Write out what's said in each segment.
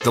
The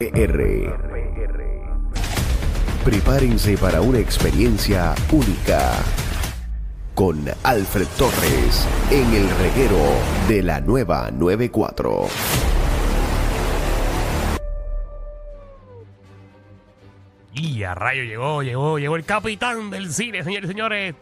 R. Prepárense para una experiencia única con Alfred Torres en el reguero de la nueva 94. Y a rayo llegó, llegó, llegó el capitán del cine, señores y señores.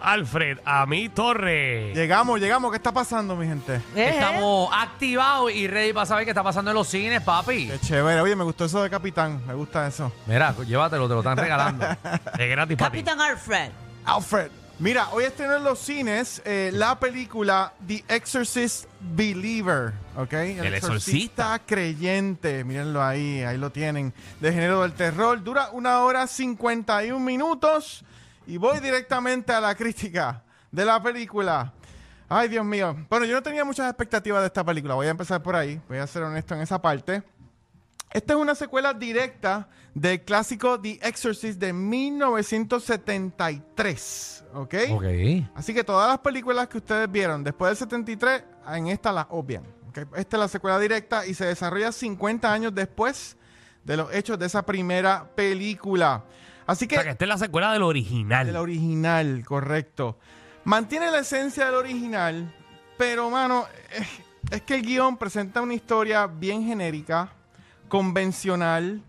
Alfred, a mi torre. Llegamos, llegamos. ¿Qué está pasando, mi gente? ¿Eh? Estamos activados y ready para saber qué está pasando en los cines, papi. Qué chévere. Oye, me gustó eso de Capitán. Me gusta eso. Mira, llévatelo, te lo están regalando. De gratis para ti. Capitán Alfred. Alfred. Mira, hoy estrenó en los cines eh, la película The Exorcist Believer, ¿ok? El, exorcista. creyente, mírenlo ahí, ahí lo tienen, de género del terror. Dura una hora 51 minutos y voy directamente a la crítica de la película. Ay, Dios mío. Bueno, yo no tenía muchas expectativas de esta película, voy a empezar por ahí, voy a ser honesto en esa parte. Esta es una secuela directa del clásico The Exorcist de 1973, ¿ok? Ok. Así que todas las películas que ustedes vieron después del 73, en esta las obvian. ¿ok? Esta es la secuela directa y se desarrolla 50 años después de los hechos de esa primera película. Así O sea, que que esta es la secuela del original. el original, correcto. Mantiene la esencia del original, pero mano, eh, es que el guión presenta una historia bien genérica, convencional.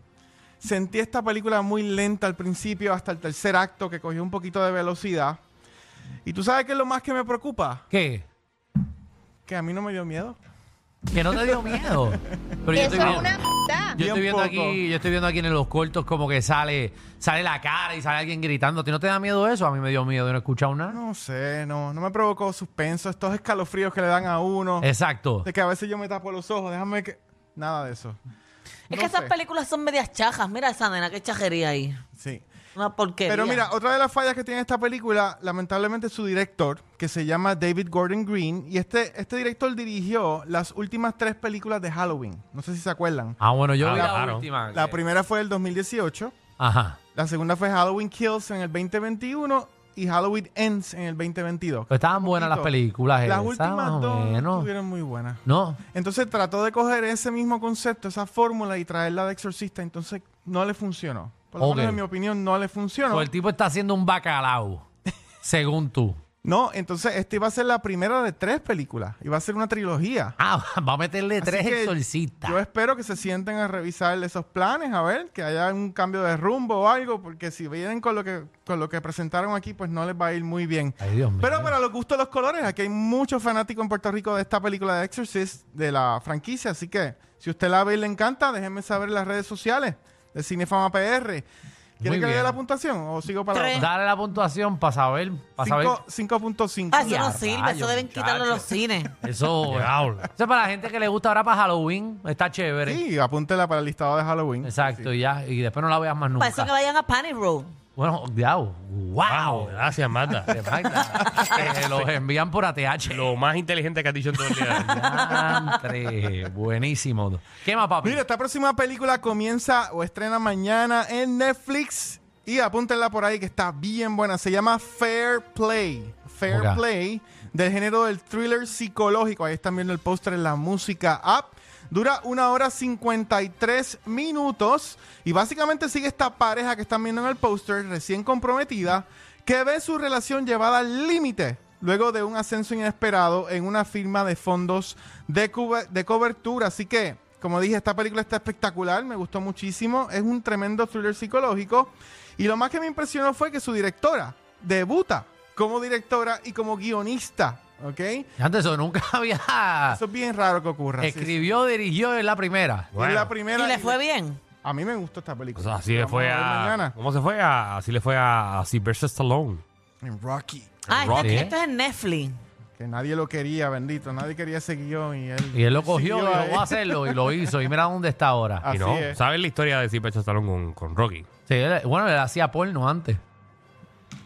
Sentí esta película muy lenta al principio, hasta el tercer acto que cogió un poquito de velocidad. Y tú sabes qué es lo más que me preocupa, ¿Qué? que a mí no me dio miedo. Que no te dio miedo. Pero yo Eso estoy es viendo, una puta. yo estoy Bien viendo poco. aquí, yo estoy viendo aquí en los cortos como que sale, sale la cara y sale alguien gritando. ¿A ti no te da miedo eso? A mí me dio miedo, yo no he escuchado nada. No sé, no, no me provocó suspenso, estos escalofríos que le dan a uno, Exacto. de que a veces yo me tapo los ojos, déjame que... Nada de eso. No Es que esas sé. películas son medias chajas. Mira esa nena, qué chajería ahí. Sí. Una porquería. Pero mira, otra de las fallas que tiene esta película, lamentablemente su director, que se llama David Gordon Green, y este, este director dirigió las últimas tres películas de Halloween. No sé si se acuerdan. Ah, bueno, yo Ah, vi la claro. última. La primera fue el 2018, Ajá. la segunda fue Halloween Kills en el 2021 y Halloween Ends en el 2022. Pero Pues estaban buenas las Poquito. Las películas esas, más o últimas dos menos. estuvieron muy buenas. No. Entonces trató de coger ese mismo concepto, esa fórmula y traerla de exorcista, entonces no le funcionó. Por lo Ok. menos en mi opinión no le funcionó. O Pues el tipo está haciendo un bacalao, según tú. No, entonces esta iba a ser la primera de tres películas. Iba a ser una trilogía. Ah, va a meterle Así tres que exorcistas. Yo espero que se sienten a revisar esos planes, a ver, que haya un cambio de rumbo o algo, porque si vienen con lo que, con lo que presentaron aquí, pues no les va a ir muy bien. Ay, Dios mío. Pero para los gustos de los colores, aquí hay muchos fanáticos en Puerto Rico de esta película de Exorcist, de la franquicia, así que si usted la ve y le encanta, déjenme saber en las redes sociales de Cinefama PR. Muy ¿Quieren que le dé bien. la puntuación o sigo para Tres. Dale la puntuación para saber. Para saber. Cinco- 5.5. Ah, eso Ya, no sirve. rayos, eso deben muchacho. quitarlo de los cines. Eso, eso es para la gente que le gusta ahora para Halloween. Está chévere. Sí, apúntela para el listado de Halloween. Exacto, Sí. y ya. Y después no la veas más Para nunca. eso que vayan a Panic Row. Bueno, diablo. Wow, Wow. gracias, Marta. Te mata. Te los envían por ATH. Lo más inteligente que has dicho en todo el día. Diantre. Buenísimo. ¿Qué más, papi? Mira, esta próxima película comienza o estrena mañana en Netflix. Y apúntenla por ahí que está bien buena. Se llama Fair Play. Fair Ok. Play, del género del thriller psicológico. Ahí están viendo el póster en la música app. Dura una hora 53 minutos. Y básicamente sigue esta pareja que están viendo en el póster, recién comprometida, que ve su relación llevada al límite luego de un ascenso inesperado en una firma de fondos de, cuba- de cobertura. Así que, como dije, esta película está espectacular, me gustó muchísimo, es un tremendo thriller psicológico. Y lo más que me impresionó fue que su directora debuta como directora y como guionista, ¿ok? Antes eso nunca había. Eso es bien raro que ocurra. sí, sí. Escribió, dirigió en la primera. Y la Bueno, primera, y le y- fue bien. A mí me gustó esta película. o sea, así La le vamos fue ver a. mañana. ¿Cómo se fue? A- así le fue a Sylvester Stallone. En Rocky. Ah, Rocky, este- ¿eh? esto es en Netflix. que nadie lo quería, bendito. Nadie quería ese guión y él. Y él lo cogió y siguió ahí. lo a hacerlo y lo hizo. Y mira dónde está ahora. Así y no, es. ¿sabes la historia de Cipecho Stallone con, con Rocky? Sí, él- bueno, él hacía porno antes.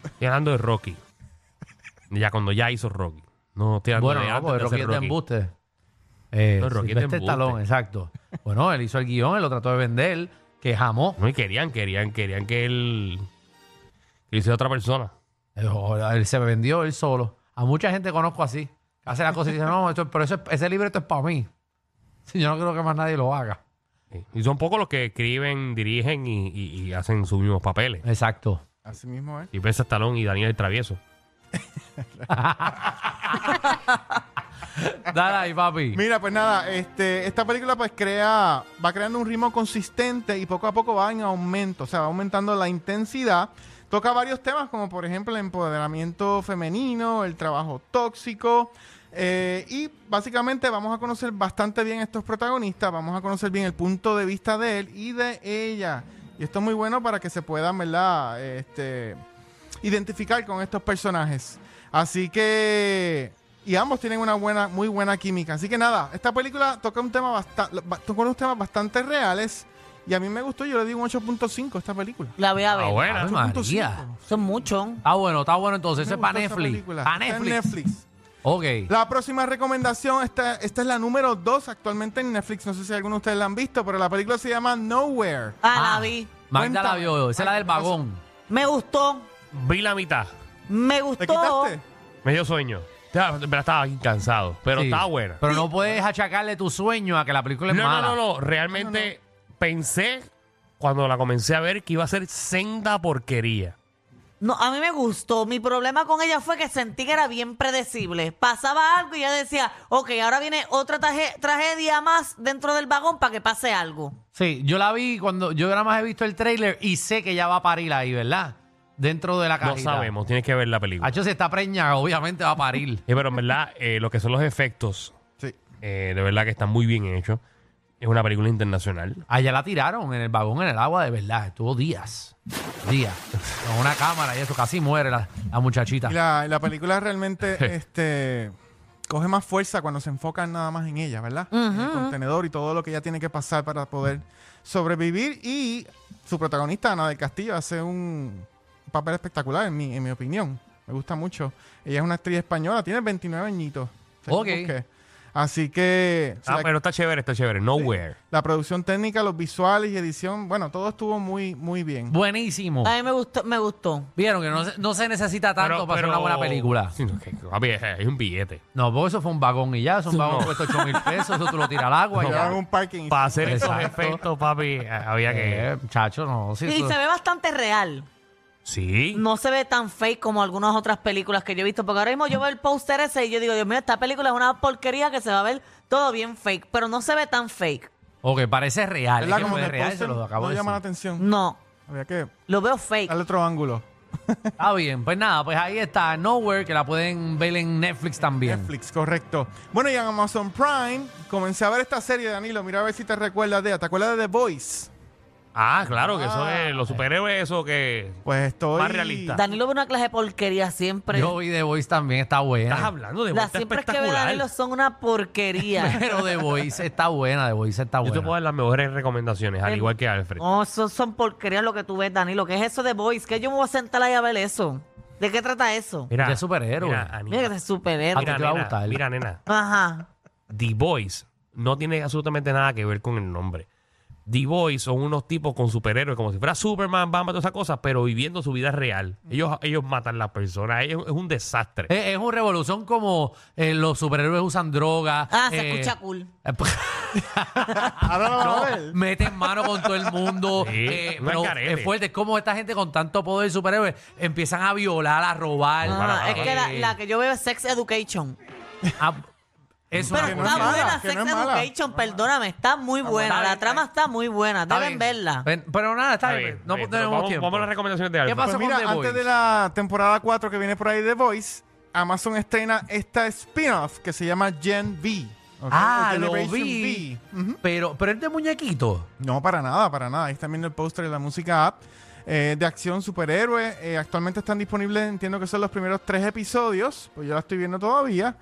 Estoy hablando de Rocky. Ya cuando ya hizo Rocky. No, estoy hablando Bueno, de no, antes porque de Rocky hacer es de embuste. Eh, No, Rocky es de Sylvester embuste. Stallone, exacto. Bueno, él hizo el guión, él lo trató de vender, que jamó. No, y querían, querían, querían que él... Que hiciera otra persona. Él, él se vendió él solo. A mucha gente conozco así. Hace las cosas y dice, no, esto- pero eso es- ese libreto es para mí. Sí, yo no creo que más nadie lo haga. Sí. Y son pocos los que escriben, dirigen y, y- y hacen sus mismos papeles. Exacto. Así mismo, ¿eh? Y pesa Stallone y Daniel el Travieso. Dale ahí, papi. Mira, pues nada, este, esta película pues crea, va creando un ritmo consistente y poco a poco va en aumento, o sea, va aumentando la intensidad. Toca varios temas como por ejemplo el empoderamiento femenino, el trabajo tóxico eh, y básicamente vamos a conocer bastante bien a estos protagonistas, vamos a conocer bien el punto de vista de él y de ella. Y esto es muy bueno para que se puedan, ¿verdad? Este, identificar con estos personajes. Así que. Y ambos tienen una buena, muy buena química. Así que nada, esta película toca un tema bastante. Toca unos temas bastante reales. Y a mí me gustó, yo le di un 8.5 a esta película. La voy a Ah, ver. bueno. Ave María. Son muchos. Está bueno, está bueno entonces. Me Ese es para gustó esta Netflix. película. Para Está en Netflix. Netflix. Ok. La próxima recomendación, esta, esta es la número 2 actualmente en Netflix. No sé si alguno de ustedes la han visto, pero la película se llama Nowhere. Ah, la vi. Magda la Cuéntame. vio. Esa es la del vagón. Me gustó. Vi la mitad. Me ¿Te gustó. quitaste? Me dio sueño. Estaba- Pero estaba aquí cansado. Pero Sí. estaba buena. Pero no puedes achacarle tu sueño a que la película es no, mala. no, no, no. Realmente pensé cuando la comencé a ver que iba a ser senda porquería. No, a mí me gustó. Mi problema con ella fue que sentí que era bien predecible. Pasaba algo y ella decía, ok, ahora viene otra traje- tragedia más dentro del vagón para que pase algo. Sí, yo la vi cuando yo nada más he visto el tráiler y sé que ya va a parir ahí, ¿verdad? Dentro de la No cajita. sabemos, tienes que ver la película. Hacho se está preñada, obviamente va a parir. Eh, pero en verdad, eh, lo que son los efectos, Sí. eh, de verdad que están muy bien hechos. Es una película internacional. Allá la tiraron en el vagón, en el agua, de verdad. Estuvo días. Días. Con una cámara y eso, casi muere la, la muchachita. Y la, la película realmente este, coge más fuerza cuando se enfocan nada más en ella, ¿verdad? En el contenedor y todo lo que ella tiene que pasar para poder sobrevivir. Y su protagonista, Ana del Castillo, hace un papel espectacular, en mi, en mi opinión. Me gusta mucho. Ella es una actriz española, tiene 29 añitos. según Ok. busqué. Así que si Ah, la, pero está chévere, está chévere. Nowhere. la producción técnica, los visuales y edición, bueno, todo estuvo muy, muy bien. Buenísimo. A mí me gustó, me gustó. Vieron que no se, no se necesita tanto Pero- para hacer pero- una buena película. Sí, no, que- papi, es un billete. No, porque eso fue un vagón y ya. Es un vagón que cuesta 8 mil pesos. Eso tú lo tiras al agua y Llegaron ya. a un parking y Para hacer esos Exacto. efectos, papi, eh, había que. Eh, chacho, no. sí, Y eso- se ve bastante real. Sí. No se ve tan fake como algunas otras películas que yo he visto. Porque ahora mismo yo veo el póster ese y yo digo, Dios mío, esta película es una porquería que se va a ver todo bien fake. Pero no se ve tan fake. Ok, parece real. Es ¿Verdad? que Como fue que el real, se póster lo acabo no de llama la decir. atención. No, Había que lo veo fake. darle otro ángulo. Está bien, pues nada, pues ahí está Nowhere, que la pueden ver en Netflix también. Netflix, correcto. Bueno, y en Amazon Prime comencé a ver esta serie, Danilo. Mira a ver si te recuerdas de ella. ¿Te acuerdas de The Voice? Ah, claro, que eso Ah. es. Los superhéroes, eso que. Pues estoy. Más realista. Danilo ve una clase de porquería siempre. Yo vi The Voice también, está Estás buena. hablando de Las vuelta siempre que ve espectacular. Danilo son una porquería. Pero The Voice está buena, The Voice está Yo te puedo buena. dar las mejores recomendaciones, al El- igual que Alfred. Oh, No, eso son porquerías lo que tú ves, Danilo. ¿Qué es eso de Boys? Que yo me voy a sentar ahí a ver eso. ¿De qué trata eso? Mira, de superhéroe. Mira, Ani- Mira que te A superhéroe. ti mira, te va a nena, gustar. mira, nena, Ajá. The Boys no tiene absolutamente nada que ver con el nombre. The Boys son unos tipos con superhéroes, como si fuera Superman, Batman, todas esas cosas, pero viviendo su vida real. Ellos, ellos matan a las personas, ellos- es un desastre. Es, es un revolución como eh, los superhéroes usan droga. Ah, se eh, escucha cool. Ahora lo vamos a ver. Meten mano con todo el mundo. Sí, eh, un pero algarete. es fuerte. Es como esta gente con tanto poder superhéroe empiezan a violar, a robar. Ah, para, para, es que la, eh, la que yo veo es Sex Education. a- es Pero una que no está es cosa- mala, buena que no Sex es mala. Education, perdóname. Está muy buena. buena. La trama está muy buena. Está Deben bien. Pues, verla. Ven- Pero nada, está Está bien. pues, bien, No bien, pero tenemos vamos, tiempo. vamos a las recomendaciones de Alfred. pasa? Pues con mira, The antes Boys? de la temporada 4 que viene por ahí de Voice, Amazon estrena esta spin-off que se llama Gen V. ¿ok? Ah, O lo Generation vi. V. Ujú. Pero, pero es de muñequito. No, para nada, para nada. Ahí está viendo el póster de la música app. eh, de acción superhéroe. Eh, actualmente están disponibles, entiendo que son los primeros tres episodios, pues yo la estoy viendo todavía.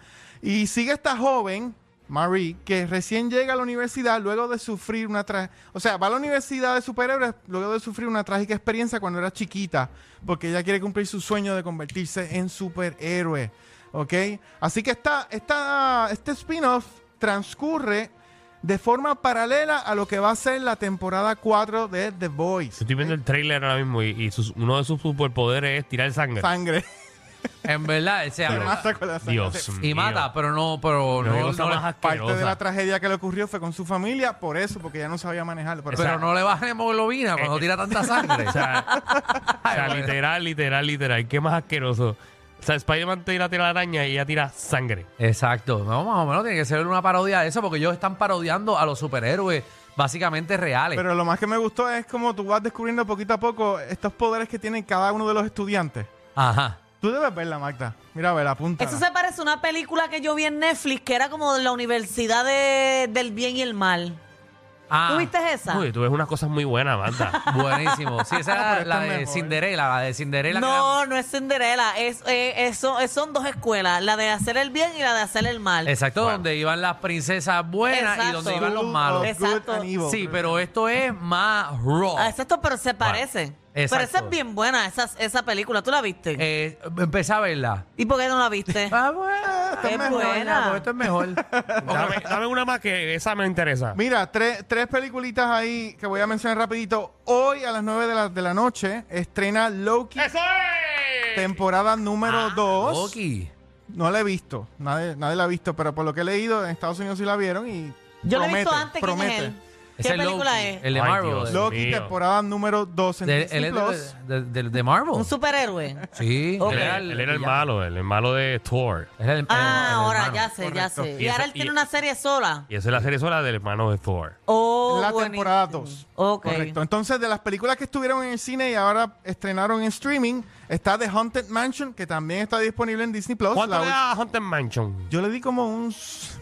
Y sigue esta joven, Marie, que recién llega a la universidad luego de sufrir una tra- o sea, va a la universidad de superhéroes luego de sufrir una trágica experiencia cuando era chiquita, porque ella quiere cumplir su sueño de convertirse en superhéroe, ¿ok? Así que esta, esta, este spin-off transcurre de forma paralela a lo que va a ser la temporada 4 de The Voice. Estoy viendo el trailer ahora mismo y, y sus- uno de sus superpoderes es tirar sangre. Sangre. En verdad, él se abre Mata con la sangre. Dios mío. y mata, pero no, pero Pero no, qué no, cosa le- más Parte de asquerosa. la tragedia que le ocurrió fue con su familia, por eso, porque ella no sabía manejarlo. Pero, pero no le baja hemoglobina cuando Eh, tira tanta sangre. O sea, o sea, bueno. literal, literal, literal. Qué más asqueroso. O sea, Spider-Man tira, tira la araña y ella tira sangre. Exacto, no, más o menos tiene que ser una parodia de eso, porque ellos están parodiando a los superhéroes básicamente reales. Pero lo más que me gustó es como tú vas descubriendo poquito a poco estos poderes que tienen cada uno de los estudiantes. Ajá. Tú debes verla, Magda. Mira, a ver, apunta. Eso se parece a una película que yo vi en Netflix que era como de la universidad de- del bien y el mal. Ah, ¿Tú viste esa? Uy, tú ves unas cosas muy buenas, banda. Buenísimo. Sí, esa Ah, Pero es la esta es de mejor. Cinderella, la de Cinderella. que No, no es Cinderella. Es, eh, es- son- es- son dos escuelas, la de hacer el bien y la de hacer el mal. la- Exacto, donde iban las princesas buenas y donde Exacto. iban los malos. Es- Exacto. Sí, pero esto es más raw. Ah, Exacto, pero se parece. Pero esa exacto. es bien buena, esa, esa película. ¿Tú la viste? Eh, empecé a verla. ¿Y por qué no la viste? Ah, bueno, Es mejor, buena. ya, pues esto es mejor. dame, dame una más que esa me interesa. Mira, tres, tres peliculitas ahí que voy a mencionar rapidito. Hoy a las 9 de la, de la noche estrena Loki, ¡Eso es! temporada número 2. Loki. No la he visto, nadie, nadie la ha visto, pero por lo que he leído, en Estados Unidos sí la vieron y Yo la he promete, visto antes. ¿Quién promete. es él? ¿Qué Ese es película Loki, es? El de Ay, Marvel. Dios. de- Loki, mío. temporada número 2 en de- Disney él es Plus. de, de- de- de Marvel. Un superhéroe. Oh. Sí, Ok. Él, era- él era el villano. malo, el, el malo de Thor. Él era el- Ah, el- el ahora hermano. ya sé, ya Correcto. sé. Y Y ahora esa- él tiene y- una serie sola. Y esa es la serie sola del hermano de Thor. Oh, la buenísimo. temporada 2. Ok. Correcto. Entonces, de las películas que estuvieron en el cine y ahora estrenaron en streaming, está The Haunted Mansion, que también está disponible en Disney Plus. ¿Cuánto La le ul- da a Hunter Mansion? Yo le di como un s-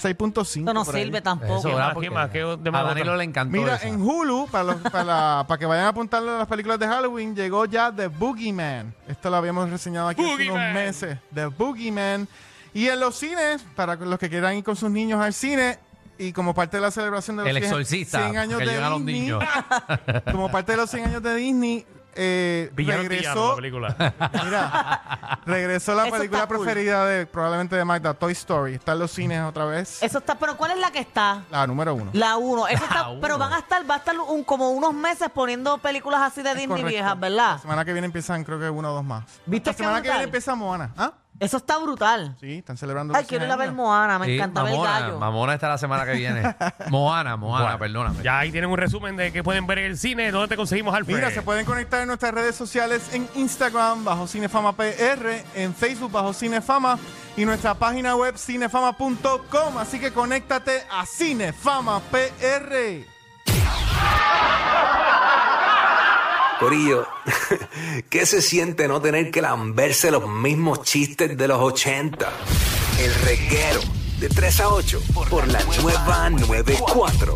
6.5. Esto no por ahí. sirve Eso, tampoco. ¿verdad? más? ¿Qué Porque más? ¿Qué a demás Danilo otra? le encantó Mira, esa. en Hulu, para, los- para, la- para que vayan apuntando a las películas de Halloween, llegó ya The Boogeyman. Esto lo habíamos reseñado aquí hace unos Boogeyman. meses. The Boogeyman. Y en los cines, para los que quieran ir con sus niños al cine, y como parte de la celebración de los El 100 exorcista. 100 años que de llegan los Disney, niños. como parte de los 100 años de Disney, eh, Villano y villano, la regresó, película. mira, regresó la Eso película está cool. preferida de probablemente de Magda, Toy Story. Está en los cines otra vez. Eso está, pero ¿cuál es la que está? La número uno. La 1. La uno. Pero van a estar, va a estar un- como unos meses poniendo películas así de Disney correcto. viejas, ¿verdad? La semana que viene empiezan, creo que uno o dos más. ¿Viste este La qué semana que brutal? viene empieza Moana. ¿Ah? Eso está brutal. Sí, están celebrando. Ay, los quiero ir 100 a ver años. Moana, me Sí, encantaba Mamona, el gallo. Mamona está la semana que viene. Moana, Moana, Bueno, perdóname. Ya ahí tienen un resumen de que pueden ver en el cine, dónde te conseguimos Alfred. Mira, se pueden conectar en nuestras redes sociales en Instagram bajo Cinefama PR, en Facebook bajo Cinefama y nuestra página web cinefama.com. Así que conéctate a Cinefama PR. Corillo, ¿qué se siente no tener que lamberse los mismos chistes de los 80? El reguero de 3 a 8 por la nueva 94.